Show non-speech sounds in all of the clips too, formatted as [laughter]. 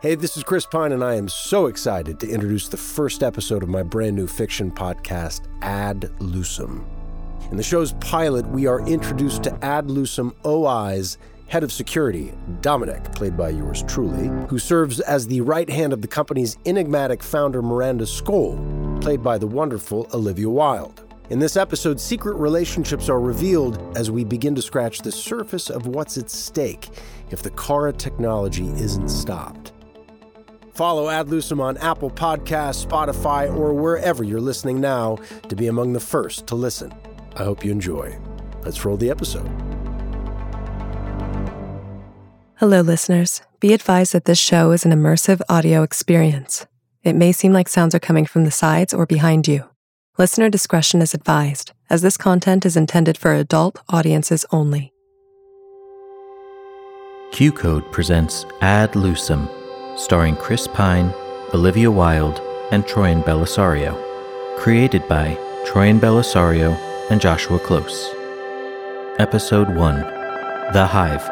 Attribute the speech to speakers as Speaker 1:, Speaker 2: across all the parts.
Speaker 1: Hey, this is Chris Pine, and I am so excited to introduce the first episode of my brand new fiction podcast, Ad Lucem. In the show's pilot, we are introduced to Ad Lucem OI's head of security, Dominic, played by yours truly, who serves as the right hand of the company's enigmatic founder, Miranda Skoll, played by the wonderful Olivia Wilde. In this episode, secret relationships are revealed as we begin to scratch the surface of what's at stake if the Kara technology isn't stopped. Follow Adlusum on Apple Podcasts, Spotify, or wherever you're listening now to be among the first to listen. I hope you enjoy. Let's roll the episode.
Speaker 2: Hello, listeners. Be advised that this show is an immersive audio experience. It may seem like sounds are coming from the sides or behind you. Listener discretion is advised, as this content is intended for adult audiences only.
Speaker 3: Q Code presents Ad Lucem, starring Chris Pine, Olivia Wilde, and Troyan Belisario. Created by Troyan Belisario and Joshua Close. Episode 1 The Hive.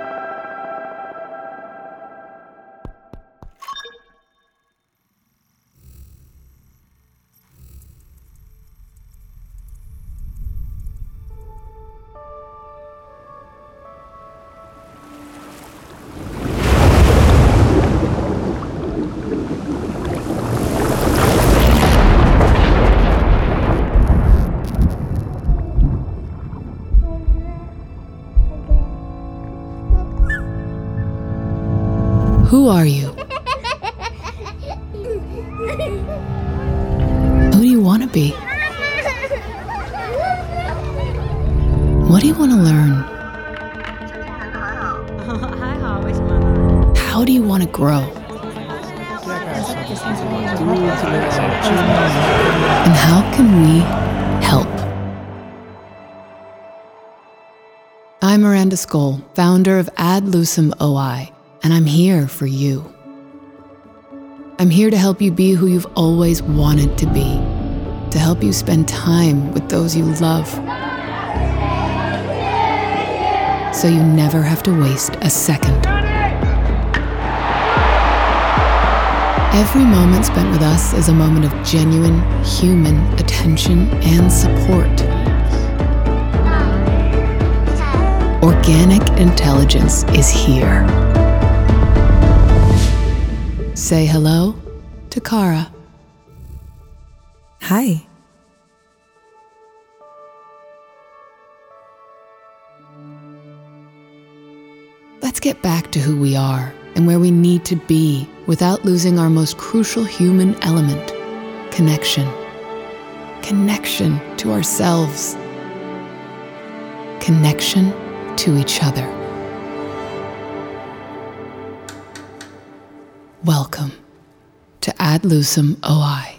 Speaker 4: Who are you? Who do you want to be? What do you want to learn? How do you want to grow? And how can we help? I'm Miranda Skoll, founder of Ad Lucem OI, and I'm here for you. I'm here to help you be who you've always wanted to be, to help you spend time with those you love so you never have to waste a second. Every moment spent with us is a moment of genuine human attention and support. Organic intelligence is here. Say hello to Kara.
Speaker 2: Hi.
Speaker 4: Let's get back to who we are and where we need to be without losing our most crucial human element connection. Connection to ourselves. Connection to each other. Welcome to Ad Lucem OI.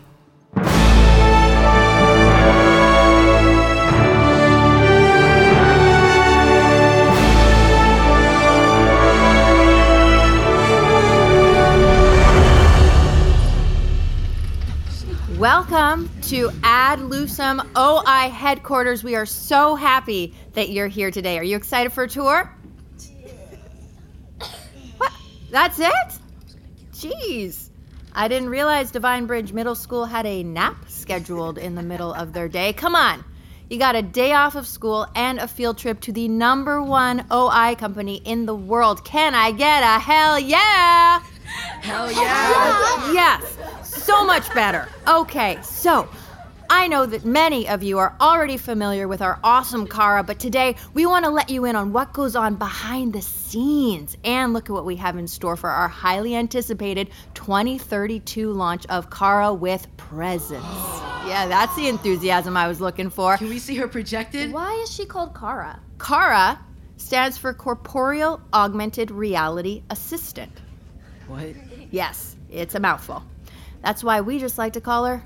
Speaker 5: Welcome to Ad Lusum OI headquarters. We are so happy that you're here today. Are you excited for a tour? What? That's it? Jeez. I didn't realize Divine Bridge Middle School had a nap scheduled in the middle of their day. Come on. You got a day off of school and a field trip to the number one OI company in the world. Can I get a hell yeah? Oh,
Speaker 6: Oh,
Speaker 5: Yes, so much better. Okay, so I know that many of you are already familiar with our awesome Kara, but today we want to let you in on what goes on behind the scenes and look at what we have in store for our highly anticipated 2032 launch of Kara with Presence. Yeah, that's the enthusiasm I was looking for.
Speaker 6: Can we see her projected?
Speaker 7: Why is she called Kara?
Speaker 5: Kara stands for Corporeal Augmented Reality Assistant.
Speaker 6: What?
Speaker 5: Yes, it's a mouthful. That's why we just like to call her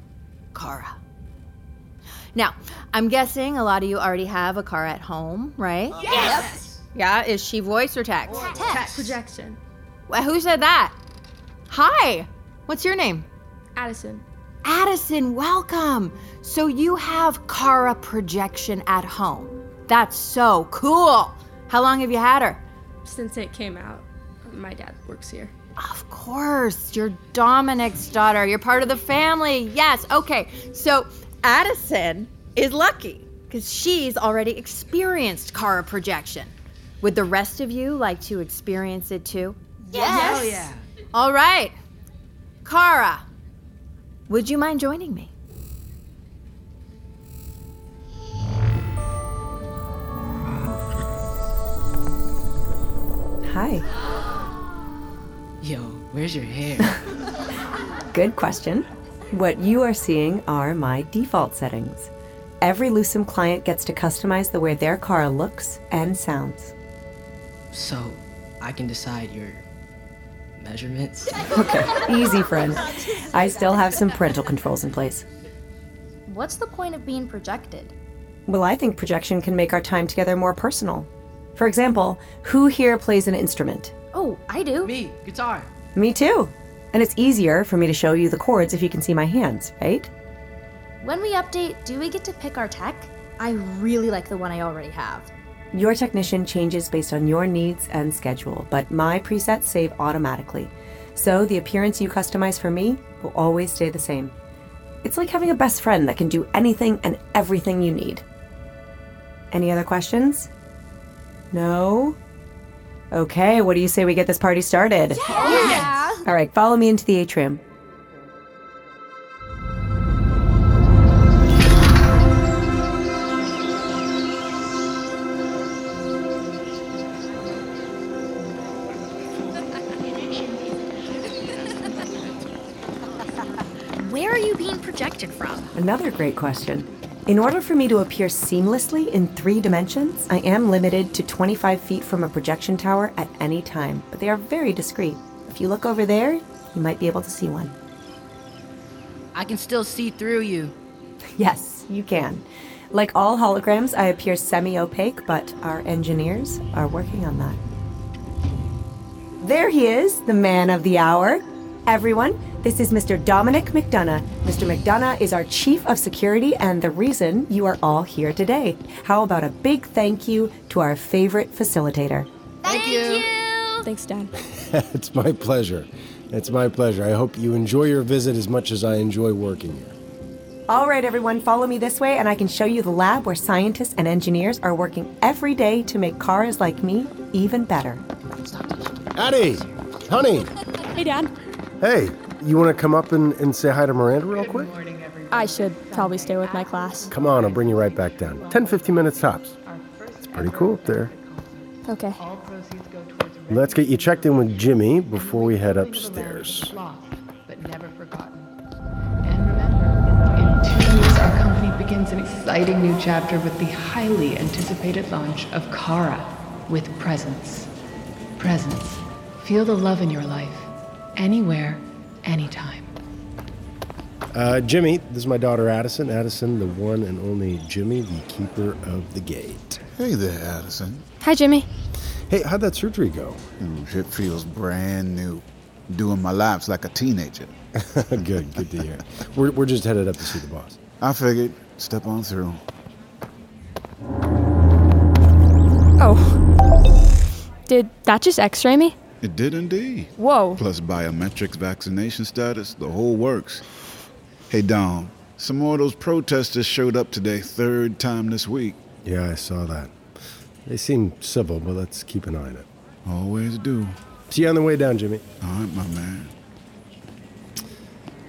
Speaker 5: Kara. Now, I'm guessing a lot of you already have a car at home, right?
Speaker 7: Yes.
Speaker 5: Yeah, is she voice or text?
Speaker 7: Text. Projection.
Speaker 5: Wh- Who said that? Hi, what's your name?
Speaker 7: Addison.
Speaker 5: Addison, welcome. So you have Kara projection at home. That's so cool. How long have you had her?
Speaker 7: Since it came out.
Speaker 6: My dad works here.
Speaker 5: Of course, you're Dominic's daughter. You're part of the family. Yes. Okay. So Addison is lucky because she's already experienced Kara projection. Would the rest of you like to experience it too?
Speaker 8: Hell yeah.
Speaker 5: All right. Kara, would you mind joining me?
Speaker 2: Hi.
Speaker 8: [gasps] Yo, where's your hair?
Speaker 2: [laughs] Good question. What you are seeing are my default settings. Every Lucem client gets to customize the way their car looks and sounds.
Speaker 8: so I can decide your
Speaker 2: [laughs]
Speaker 8: measurements.
Speaker 2: Easy, friend. I still have some parental controls in place.
Speaker 6: What's the point of being projected?
Speaker 2: Well, I think projection can make our time together more personal. For example, who here plays an instrument?
Speaker 6: Oh, I do.
Speaker 8: Me, guitar.
Speaker 2: Me too. And it's easier for me to show you the chords if you can see my hands, right?
Speaker 6: When we update, do we get to pick our tech? I really like the one I already have. [laughs]
Speaker 2: Your technician changes based on your needs and schedule, but my presets save automatically. So the appearance you customize for me will always stay the same. It's like having a best friend that can do anything and everything you need. Any other questions? No? Okay, what do you say we get this party started? All right, follow me into the atrium.
Speaker 6: Where are you being projected from?
Speaker 2: Another great question. In order for me to appear seamlessly in three dimensions, I am limited to 25 feet from a projection tower at any time, but they are very discreet. If you look over there, you might be able to see one.
Speaker 8: I can still see through you.
Speaker 2: Yes, you can. Like all holograms, I appear semi opaque, but our engineers are working on that. There he is, the man of the hour. Everyone, this is Mr. Dominic McDonough. Mr. McDonough is our chief of security and the reason you are all here today. How about a big thank you to our favorite facilitator?
Speaker 6: Thank, you.
Speaker 7: Thanks, Dad.
Speaker 1: [laughs] It's my pleasure. It's my pleasure. I hope you enjoy your visit as much as I enjoy working here.
Speaker 2: All right, everyone, follow me this way, and I can show you the lab where scientists and engineers are working every day to make cars like me even better.
Speaker 1: Addie! Honey!
Speaker 7: Hey, Dad.
Speaker 1: Hey, you want to come up and, and say hi to Miranda real quick?
Speaker 7: I should probably stay with my class.
Speaker 1: Come on, I'll bring you right back down. 10, 15 minutes tops. It's pretty cool up there.
Speaker 7: Okay.
Speaker 1: Let's get you checked in with Jimmy before we head upstairs.
Speaker 4: lost but never forgotten. And remember, in two years, our company begins an exciting new chapter with the highly anticipated launch of Kara with Presence. Presence. Feel the love in your life, anywhere, anytime.
Speaker 1: Uh, Jimmy, this is my daughter Addison. Addison, the one and only Jimmy, the keeper of the gate.
Speaker 9: Hey there, Addison.
Speaker 7: Hi, Jimmy.
Speaker 1: Hey, how'd that surgery go?
Speaker 9: Ooh, it feels brand new. Doing my laps like a teenager.
Speaker 1: good, [laughs] good to hear. We're, we're just headed up to see the boss.
Speaker 9: I figured, step on through.
Speaker 7: Oh. Did that just x ray me?
Speaker 9: It did indeed.
Speaker 7: Whoa.
Speaker 9: Plus biometrics, vaccination status, the whole works. Hey, Dom, some more of those protesters showed up today, third time this week.
Speaker 1: Yeah, I saw that. They seem civil, but let's keep an eye on it.
Speaker 9: Always do.
Speaker 1: See you on the way down, Jimmy.
Speaker 9: All right, my man.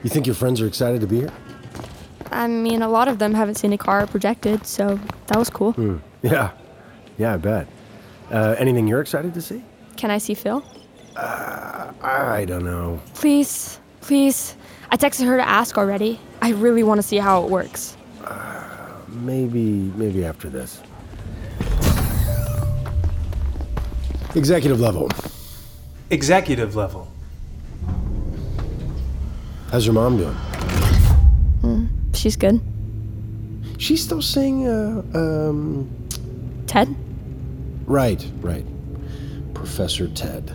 Speaker 1: You think your friends are excited to be here?
Speaker 7: I mean, a lot of them haven't seen a car projected, so that was cool.
Speaker 1: Hmm. Yeah. Yeah, I bet. Uh, anything you're excited to see?
Speaker 7: Can I see Phil?
Speaker 1: I don't know.
Speaker 7: Please. Please. I texted her to ask already. I really want to see how it works.
Speaker 1: Maybe, maybe after this. Executive level.
Speaker 10: Executive level.
Speaker 1: How's your mom doing?
Speaker 7: Mm. She's good.
Speaker 1: She's still seeing, uh, um,
Speaker 7: Ted?
Speaker 1: right, right. Professor Ted.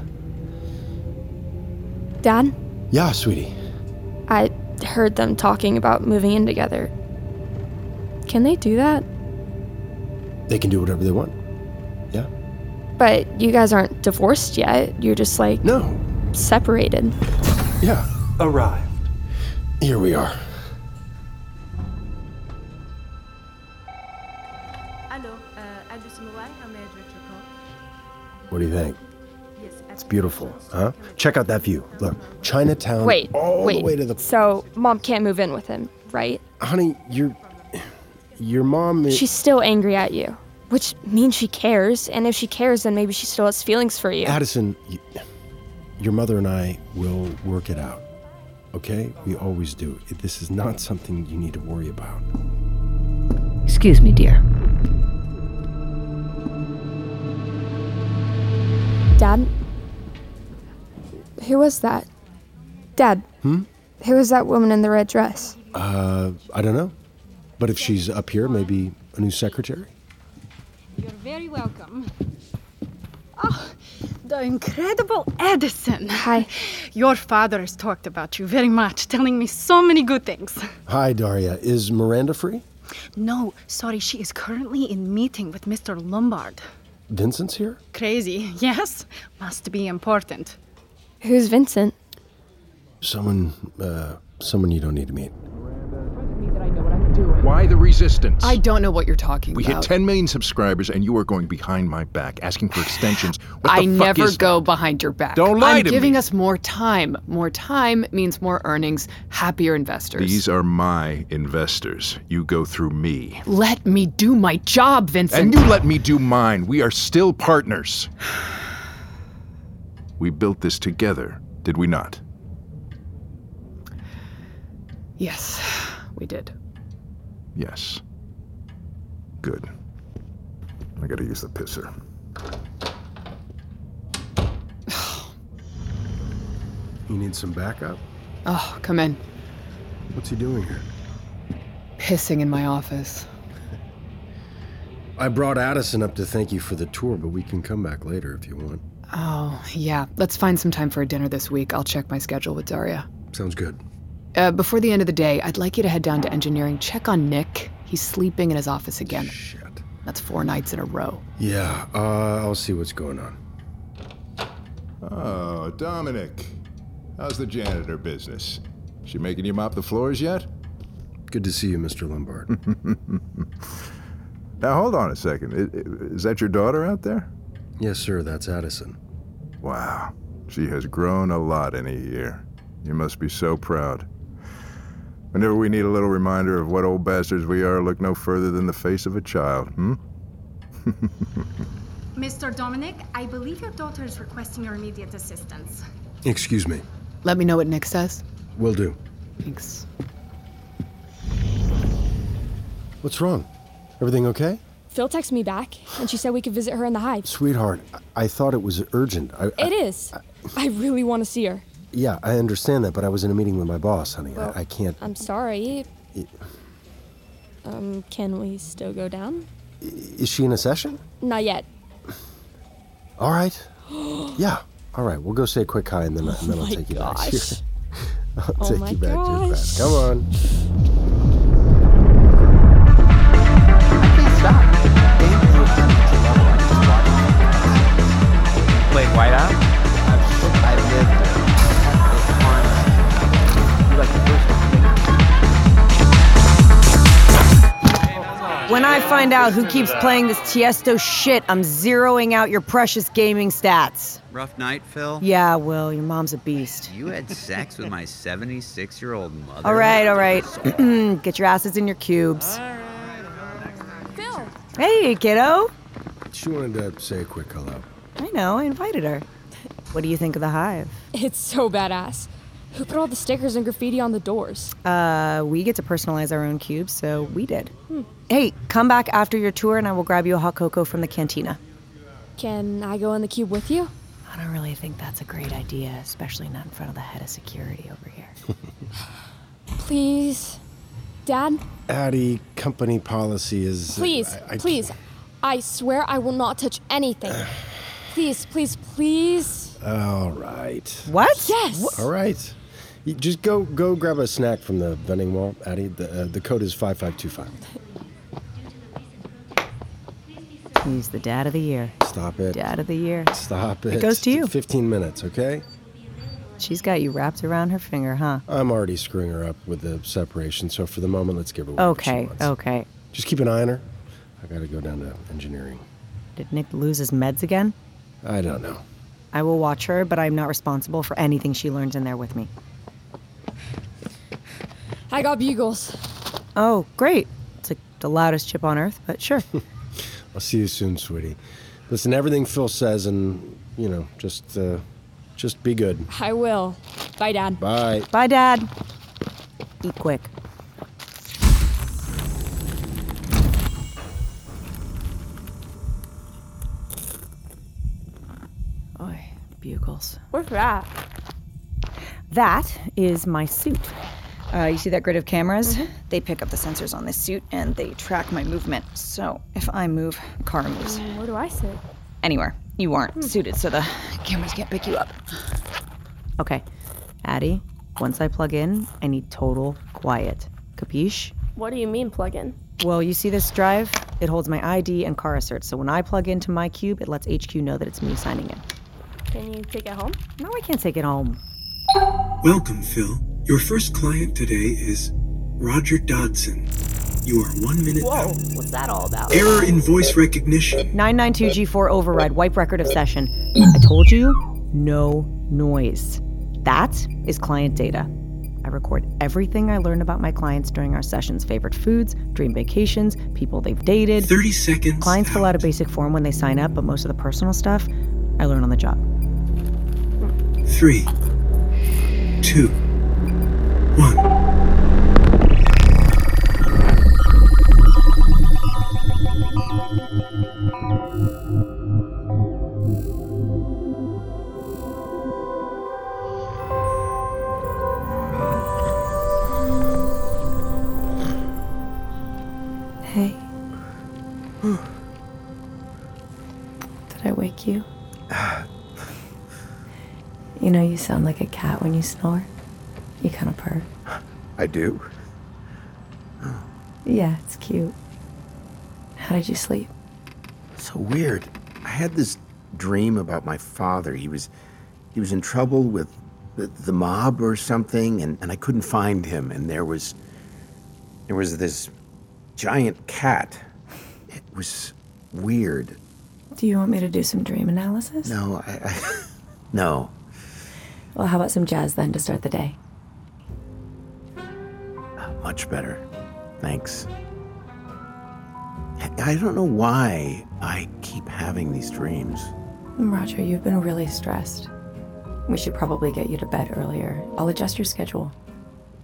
Speaker 7: Dad?
Speaker 1: Yeah, sweetie.
Speaker 7: I heard them talking about moving in together. Can they do that?
Speaker 1: They can do whatever they want. Yeah.
Speaker 7: But you guys aren't divorced yet. You're just like.
Speaker 1: No.
Speaker 7: Separated.
Speaker 1: Yeah.
Speaker 11: Arrived.
Speaker 1: Here we are.
Speaker 12: eh,
Speaker 1: What do you think? It's beautiful, huh? Check out that view. Look, Chinatown.
Speaker 7: Wait.
Speaker 1: Um, all
Speaker 7: wait.
Speaker 1: the way to the.
Speaker 7: So, mom can't move in with him, right?
Speaker 1: Honey, your your mom is.
Speaker 7: She's still angry at you, which means she cares. And if she cares, then maybe she still has feelings for you.
Speaker 1: Addison, y- your mother and I will work it out. Okay? We always do. This is not something you need to worry about.
Speaker 13: Excuse me, dear.
Speaker 7: Dad? Who was that? Dad,
Speaker 1: Hmm?
Speaker 7: who was that woman in the red dress?
Speaker 1: Uh, I don't know. But if she's up here, maybe a new secretary?
Speaker 12: You're very welcome. Oh, the incredible Edison. Hi. [laughs] Your father has talked about you very much, telling me so many good things.
Speaker 1: Hi, Daria. Is Miranda free?
Speaker 12: No, sorry, she is currently in meeting with Mr. Lombard.
Speaker 1: Vincent's here?
Speaker 12: Crazy, yes? Must be important.
Speaker 7: Who's Vincent?
Speaker 1: Someone, uh, someone you don't need to meet.
Speaker 14: Why the resistance?
Speaker 4: I don't know what you're talking
Speaker 14: we hit
Speaker 4: about.
Speaker 14: 10 million subscribers and you are going behind my back asking for
Speaker 4: [sighs]
Speaker 14: extensions. What
Speaker 4: I
Speaker 14: the fuck
Speaker 4: never
Speaker 14: is
Speaker 4: go behind your back.
Speaker 14: Don't lie
Speaker 4: I'm
Speaker 14: to
Speaker 4: giving
Speaker 14: me.
Speaker 4: us more time. More time means more earnings, happier investors.
Speaker 14: These are my investors. You go through me.
Speaker 4: Let me do my job,
Speaker 14: And
Speaker 4: Vincent.
Speaker 14: you let me do mine. We are still partners. [sighs] We built this together, did we not?
Speaker 4: yes, we did.
Speaker 14: Yes. Good. I gotta use the pisser.
Speaker 1: You need some backup?
Speaker 4: Oh, come in.
Speaker 1: What's he doing here?
Speaker 4: Pissing in my office.
Speaker 1: I brought Addison up to thank you for the tour, but we can come back later if you want.
Speaker 4: Oh, yeah. Let's find some time for a dinner this week. I'll check my schedule with Daria.
Speaker 1: Sounds good.
Speaker 4: Uh, before the end of the day, I'd like you to head down to engineering, check on Nick. He's sleeping in his office again. Shit. That's four nights in a row.
Speaker 1: Yeah, uh, I'll see what's going on.
Speaker 14: Oh, Dominic. How's the janitor business? She making you mop the floors yet?
Speaker 1: Good to see you, Mr.
Speaker 14: [laughs]
Speaker 1: Lombard.
Speaker 14: now, hold on a second. I- i- Is that your daughter out there?
Speaker 1: Yes, sir, that's Addison.
Speaker 14: Wow. She has grown a lot in a year. You must be so proud. Whenever we need a little reminder of what old bastards we are, look no further than the face of a child, hmm?
Speaker 12: Mr. Dominic, I believe your daughter is requesting your immediate assistance.
Speaker 1: Excuse me.
Speaker 4: Let me know what Nick says.
Speaker 1: Will do.
Speaker 4: Thanks.
Speaker 1: What's wrong? Everything okay?
Speaker 7: Phil texted me back, and she said we could visit her in the hive.
Speaker 1: Sweetheart, I, I thought it was urgent. I, I-
Speaker 7: It is. I really want to see her.
Speaker 1: yeah, I understand that, but I was in a meeting with my boss, honey.
Speaker 7: Well,
Speaker 1: I, I can't.
Speaker 7: I'm sorry.
Speaker 1: I-
Speaker 7: Um, can we still go down?
Speaker 1: Is she in a session?
Speaker 7: Not yet.
Speaker 1: All right. Yeah. All right. We'll go say a quick hi, and then, and then I'll
Speaker 7: my
Speaker 1: take you back. to
Speaker 7: gosh.
Speaker 1: your- [laughs] I'll
Speaker 7: Oh
Speaker 1: take
Speaker 7: my
Speaker 1: you back to your
Speaker 7: gosh.
Speaker 1: bed. Come on.
Speaker 15: Wait, Whiteout? I lived there. You like the first one?
Speaker 2: When I find out who keeps playing this Tiesto shit, I'm zeroing out your precious gaming stats.
Speaker 16: Rough night, Phil?
Speaker 2: Yeah, Will, your mom's a beast.
Speaker 16: You had sex with my 76 year old mother?
Speaker 2: All right, all right. [clears throat]
Speaker 16: [clears throat]
Speaker 2: Get your asses in your cubes. Hey, kiddo.
Speaker 1: She wanted to say a quick hello. [laughs]
Speaker 2: I know, I invited her. What do you think of the hive?
Speaker 7: It's so badass. Who put all the stickers and graffiti on the doors?
Speaker 2: Uh, we get to personalize our own cubes, so we did.
Speaker 7: Hmm.
Speaker 2: Hey, come back after your tour and I will grab you a hot cocoa from the cantina.
Speaker 7: Can I go in the cube with you?
Speaker 2: I don't really think that's a great idea, especially not in front of the head of security over here.
Speaker 7: Please. Dad,
Speaker 1: Addie, company policy is. uh,
Speaker 7: please,
Speaker 1: I- I-
Speaker 7: please. I swear I will not touch
Speaker 1: [sighs]
Speaker 7: anything. please, please, please.
Speaker 1: All right.
Speaker 2: What?
Speaker 7: Yes.
Speaker 1: All right. You just go go grab a snack from the vending wall, Addie. The, uh, the code is 5525.
Speaker 2: He's the dad of the year.
Speaker 1: Stop it.
Speaker 2: Dad of the year.
Speaker 1: Stop it.
Speaker 2: It goes to you.
Speaker 1: 15 minutes, okay?
Speaker 2: She's got you wrapped around her finger, huh?
Speaker 1: I'm already screwing her up with the separation, so for the moment, let's give her what she
Speaker 2: Okay,
Speaker 1: wants.
Speaker 2: okay.
Speaker 1: Just keep an eye on her. I gotta go down to engineering.
Speaker 2: Did Nick lose his meds again?
Speaker 1: I don't know.
Speaker 2: I will watch her, but I'm not responsible for anything she learns in there with me.
Speaker 7: I got bugles.
Speaker 2: Oh, great. It's like the loudest chip on earth, but
Speaker 1: [laughs]
Speaker 2: sure.
Speaker 1: I'll see you soon, sweetie. Listen, to everything Phil says, and you know, just, uh, just be good.
Speaker 7: I will. Bye, Dad.
Speaker 1: Bye.
Speaker 2: Bye, Dad. Be quick. Oi, bugles.
Speaker 7: Where's that?
Speaker 2: That is my suit. Uh, you see that grid of cameras?
Speaker 1: Mm-hmm.
Speaker 2: They pick up the sensors on this suit and they track my movement. So if I move, car moves.
Speaker 7: Um, where do I sit?
Speaker 2: Anywhere. You aren't suited, so the cameras can't pick you up. Okay, Addie, once I plug in, I need total quiet. Capiche?
Speaker 7: What do you mean plug in?
Speaker 2: Well, you see this drive? It holds my ID and car assert, so when I plug into my cube, it lets HQ know that it's me signing in.
Speaker 7: Can you take it home?
Speaker 2: No, I can't take it home.
Speaker 17: Welcome, Phil. Your first client today is Roger Dodson. You are one minute
Speaker 7: Whoa, what's that all about?
Speaker 17: Error in voice recognition.
Speaker 2: 992G4 override, wipe record of session. I told you, no noise. That is client data. I record everything I learn about my clients during our sessions favorite foods, dream vacations, people they've dated.
Speaker 17: 30 seconds.
Speaker 2: Clients fill out a basic form when they sign up, but most of the personal stuff I learn on the job.
Speaker 17: Three, two,
Speaker 18: Hey. Did I wake you? you know, you sound like a cat when you snore. You kind of purr.
Speaker 19: I do.
Speaker 18: Yeah, it's cute. How did you sleep?
Speaker 19: So weird. I had this dream about my father. He was he was in trouble with the, the mob or something and, and I couldn't find him and there was there was this giant cat. It was weird.
Speaker 18: Do you want me to do some dream analysis?
Speaker 19: No, I, I [laughs] no.
Speaker 18: Well, how about some jazz then to start the day?
Speaker 19: Much better. Thanks. I- I don't know why I keep having these dreams.
Speaker 18: Roger, you've been really stressed. We should probably get you to bed earlier. I'll adjust your schedule.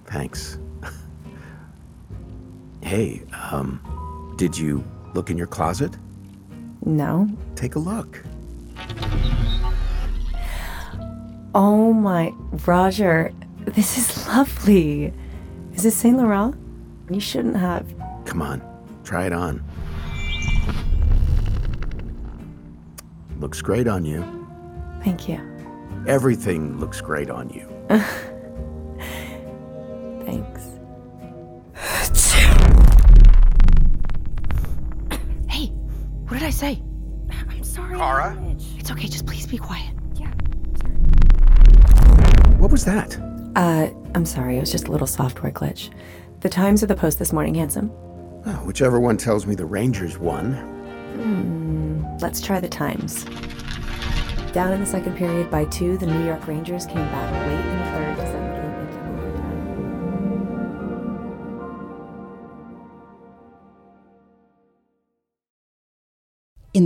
Speaker 19: Thanks. hey, um, did you look in your closet?
Speaker 18: No?
Speaker 19: Take a look.
Speaker 18: Oh my, Roger, this is lovely. Is this Saint Laurent? You shouldn't have.
Speaker 19: Come on, try it on. Looks great on you.
Speaker 18: Thank you. [laughs]
Speaker 19: Everything looks great on you.
Speaker 7: [laughs]
Speaker 18: Thanks.
Speaker 12: Hey, what did I say? I'm sorry.
Speaker 19: Kara?
Speaker 12: It's okay, just please be quiet.
Speaker 19: What was that?
Speaker 18: Uh, I'm sorry, it was just a little software glitch. The times of the post this morning, handsome.
Speaker 19: Oh, whichever one tells me the Rangers won.
Speaker 18: Hmm, let's try the times. Down in the second period by two, the New York Rangers came back late in the third to send the game into overtime.
Speaker 20: In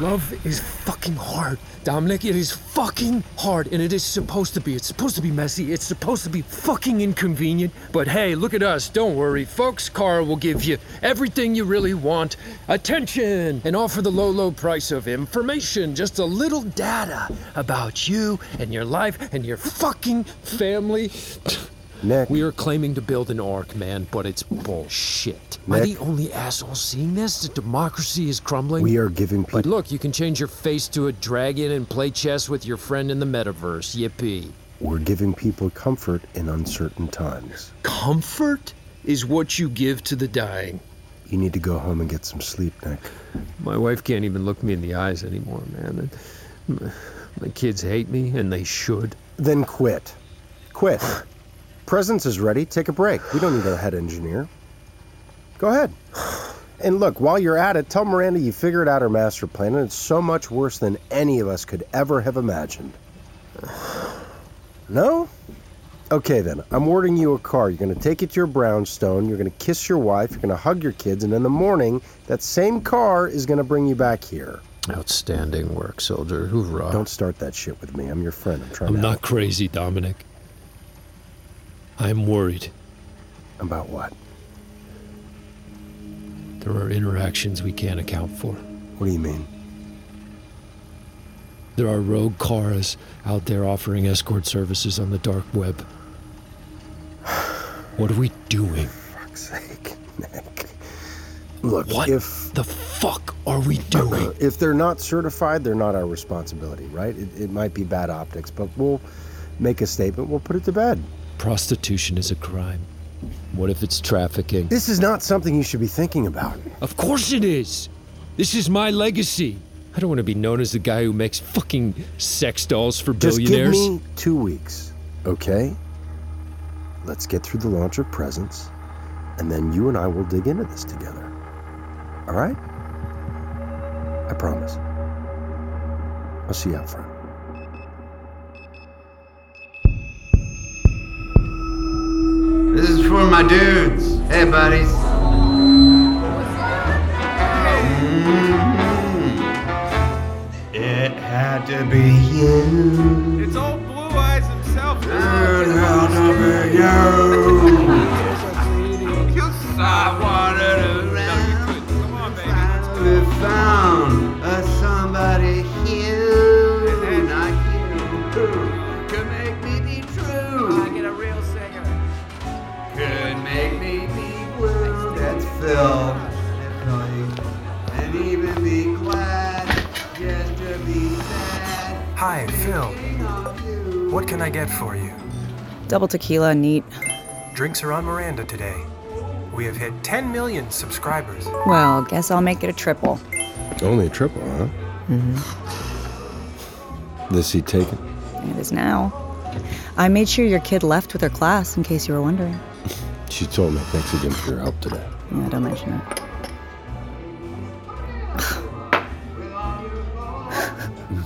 Speaker 21: love is fucking hard. Dominic, it is fucking hard, and it is supposed to be. It's supposed to be messy. It's supposed to be fucking inconvenient. But hey, look at us. Don't worry. Folks Car will give you everything you really want attention and offer the low, low price of information. Just a little data about you and your life and your fucking family.
Speaker 1: Nick.
Speaker 21: We are claiming to build an ark, man, but it's bullshit. Am I
Speaker 1: Nick.
Speaker 21: the only asshole seeing this? That democracy is crumbling?
Speaker 1: We are giving people.
Speaker 21: But look, you can change your face to a dragon and play chess with your friend in the metaverse. Yippee.
Speaker 1: We're giving people comfort in uncertain times.
Speaker 21: Comfort is what you give to the dying.
Speaker 1: You need to go home and get some sleep, Nick.
Speaker 21: My wife can't even look me in the eyes anymore, man. And My kids hate me, and they should.
Speaker 1: Then quit. Quit. Presence is ready. Take a break. We don't need a head engineer. Go ahead. And look, while you're at it, tell Miranda you figured out her master plan, and it's so much worse than any of us could ever have imagined. No? Okay, then. I'm ordering you a car. You're going to take it to your brownstone. You're going to kiss your wife. You're going to hug your kids. And in the morning, that same car is going to bring you back here.
Speaker 21: Outstanding work, soldier. Hoorah.
Speaker 1: Don't start that shit with me. I'm your friend. I'm trying
Speaker 21: I'm
Speaker 1: to.
Speaker 21: not crazy, Dominic. I'm worried.
Speaker 1: About what?
Speaker 21: There are interactions we can't account for.
Speaker 1: What do you mean?
Speaker 21: There are rogue cars out there offering escort services on the dark web. [sighs] What are we doing?
Speaker 1: fuck's sake, Nick. Look,
Speaker 21: What
Speaker 1: if Uh,
Speaker 21: the fuck are we doing?
Speaker 1: if they're not certified, they're not our responsibility, right? It, it might be bad optics, but we'll make a statement. We'll put it to bed.
Speaker 21: Prostitution is a crime. What if it's trafficking?
Speaker 1: This is not something you should be thinking about.
Speaker 21: Of course it is! This is my legacy! I don't want to be known as the guy who makes fucking sex dolls for
Speaker 1: Just give
Speaker 21: billionaires.
Speaker 1: me two weeks, okay? Let's get through the launch of presents, and then you and I will dig into this together. All right? I promise. I'll see you out front.
Speaker 15: This is for my dudes. Hey, buddies. Mm-hmm. Mhm. It had to be you. It's old Blue Eyes himself. It had to be you. you I wanted a Come on, baby. Finally found a somebody you, not you, could make me be true. I get a real singer could make me be blue. That's Phil. That's Philly. And even be glad just to be sad.
Speaker 11: Hi, Phil. What can I get for you?
Speaker 2: Double tequila, neat.
Speaker 11: Drinks are on Miranda today. We have hit 10 million subscribers.
Speaker 2: Well, guess I'll make it a triple.
Speaker 1: Only a triple, huh?
Speaker 2: Mm-hmm.
Speaker 1: This he taken?
Speaker 2: It is now. I made sure your kid left with her class in case you were wondering.
Speaker 1: She told me. Thanks again for your help today.
Speaker 2: Yeah, don't mention it. [sighs]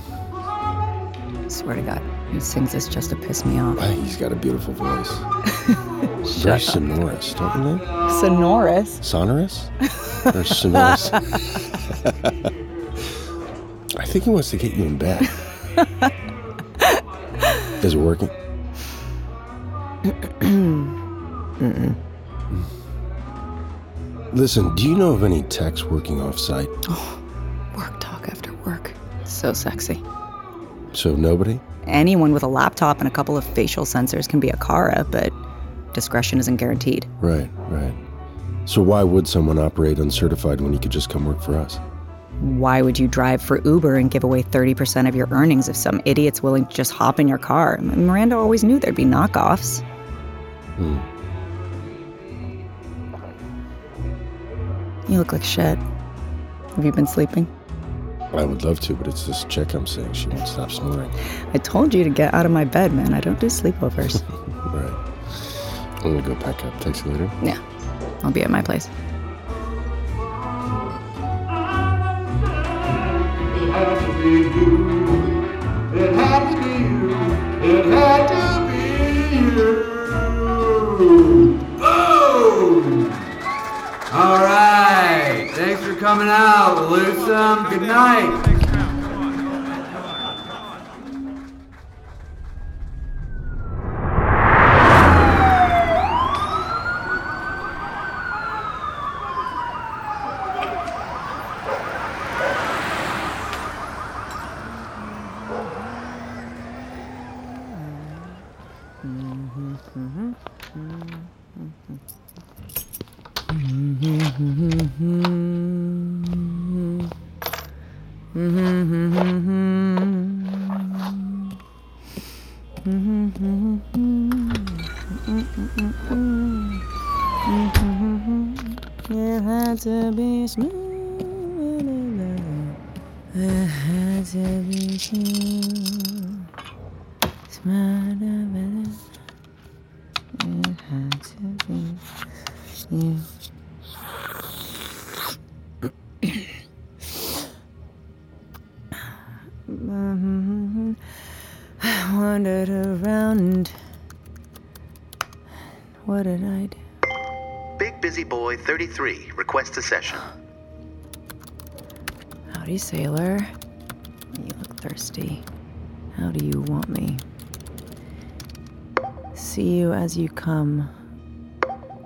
Speaker 2: Swear to God, he sings this just to piss me off.
Speaker 1: He's got a
Speaker 2: [laughs]
Speaker 1: beautiful voice. Very sonorous, don't you know?
Speaker 2: Sonorous.
Speaker 1: Sonorous? Or sonorous? I think he wants to get you in bed. Is it working?
Speaker 2: Mm-mm.
Speaker 1: Listen, do you know of any techs working off site?
Speaker 2: Work talk after work. So sexy.
Speaker 1: So nobody?
Speaker 2: Anyone with a laptop and a couple of facial sensors can be a Kara, but discretion isn't guaranteed.
Speaker 1: Right, right. So why would someone operate uncertified when he could just come work for us?
Speaker 2: Why would you drive for Uber and give away 30% of your earnings if some idiot's willing to just hop in your car? M- Miranda always knew there'd be knockoffs.
Speaker 1: Hmm.
Speaker 2: You look like shit. Have you been sleeping?
Speaker 1: I would love to, but it's this chick I'm seeing. She won't stop snoring.
Speaker 2: I told you to get out of my bed, man. I don't do
Speaker 1: [laughs]
Speaker 2: sleepovers.
Speaker 1: Right. I'm gonna go pack up. Text you later.
Speaker 2: yeah, I'll be at my place.
Speaker 15: be you. It had to be you. It had to be you. Boom! All right. Thanks for coming out, Lusum. Good night.
Speaker 2: It had to be smooth. and I- It had to be smooth. Smart and better. It had to be you. Mhm. I wandered around. What did I do?
Speaker 22: Big Busy Boy 33 requests a session.
Speaker 2: Howdy, sailor. You look thirsty. How do you want me? See you as you come,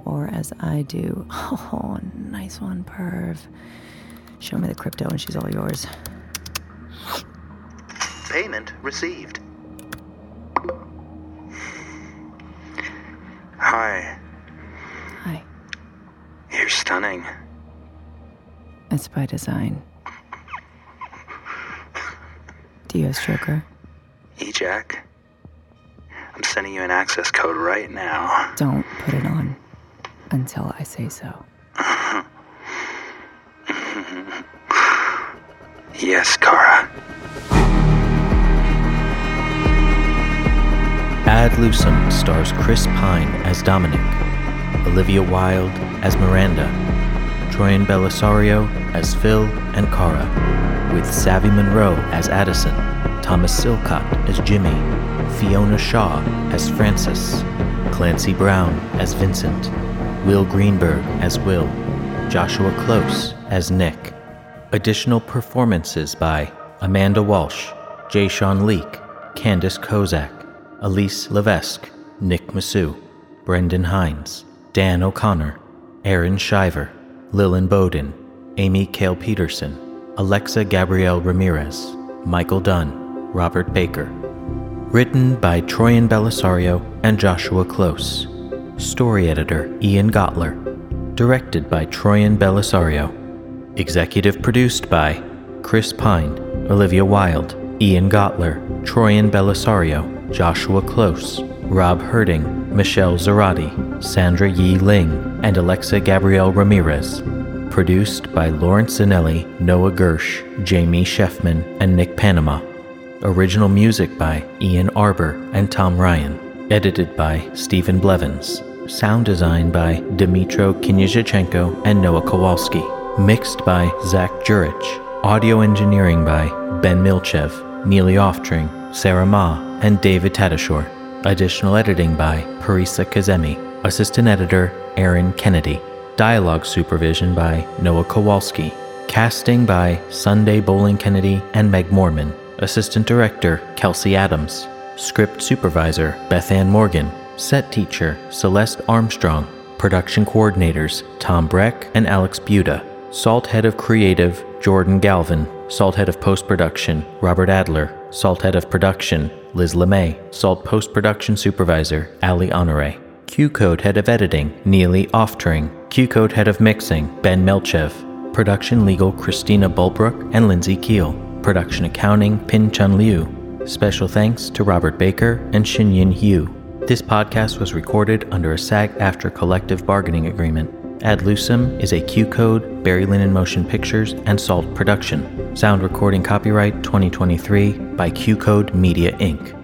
Speaker 2: or as I do. [laughs] Oh, nice one, Perv. Show me the crypto and she's all yours.
Speaker 22: Payment received. Hi.
Speaker 2: Hi.
Speaker 22: You're stunning.
Speaker 2: It's by design. Do you have stroker?
Speaker 22: E-Jack. I'm sending you an access code right now.
Speaker 2: Don't put it on until I say so.
Speaker 22: yes, Kara.
Speaker 3: Ad Lusum stars Chris Pine as Dominic, Olivia Wilde as Miranda, Troyan Belisario as Phil and Cara, with Savvy Monroe as Addison, Thomas Silcott as Jimmy, Fiona Shaw as Frances, Clancy Brown as Vincent, Will Greenberg as Will, Joshua Close as Nick. Additional performances by Amanda Walsh, Jay Sean Leake, Candace Kozak, Elise Levesque, Nick Massou, Brendan Hines, Dan O'Connor, Aaron Shiver, Lillian Bowden, Amy Kale Peterson, Alexa Gabrielle Ramirez, Michael Dunn, Robert Baker. Written by Troyan Belisario and Joshua Close. Story editor Ian Gottler. Directed by Troyan Belisario. Executive produced by Chris Pine, Olivia Wilde, Ian Gottler, Troyan Belisario, Joshua Close, Rob Herding, Michelle Zarati, Sandra Yi Ling, and Alexa Gabrielle Ramirez. Produced by Lawrence Zanelli, Noah Gersh, Jamie Sheffman, and Nick Panama. Original music by Ian Arbor and Tom Ryan. Edited by Stephen Blevins. Sound design by Dmitro Knizhichenko and Noah Kowalski. Mixed by Zach Jurich. Audio engineering by Ben Milchev, Neely Oftring, Sarah Ma, and David Tadashore. Additional editing by Parisa Kazemi. Assistant editor Aaron Kennedy. Dialogue supervision by Noah Kowalski. Casting by Sunday Bowling Kennedy and Meg Mormon. Assistant director Kelsey Adams. Script supervisor Beth Ann Morgan. Set teacher Celeste Armstrong. Production coordinators Tom Breck and Alex Buda. Salt head of creative Jordan Galvin. Salt head of post production Robert Adler. Salt head of production Liz LeMay. Salt post production supervisor Ali Honore. Q code head of editing Neely Oftring. Q code head of mixing Ben Melchev. Production legal Christina Bulbrook and Lindsay Keel. Production accounting Pin Chun Liu. Special thanks to Robert Baker and Xinyin Hu. This podcast was recorded under a SAG after collective bargaining agreement. Ad Lucem is a Q Code, Barry Linen Motion Pictures, and Salt production. Sound recording copyright 2023 by Q Code Media Inc.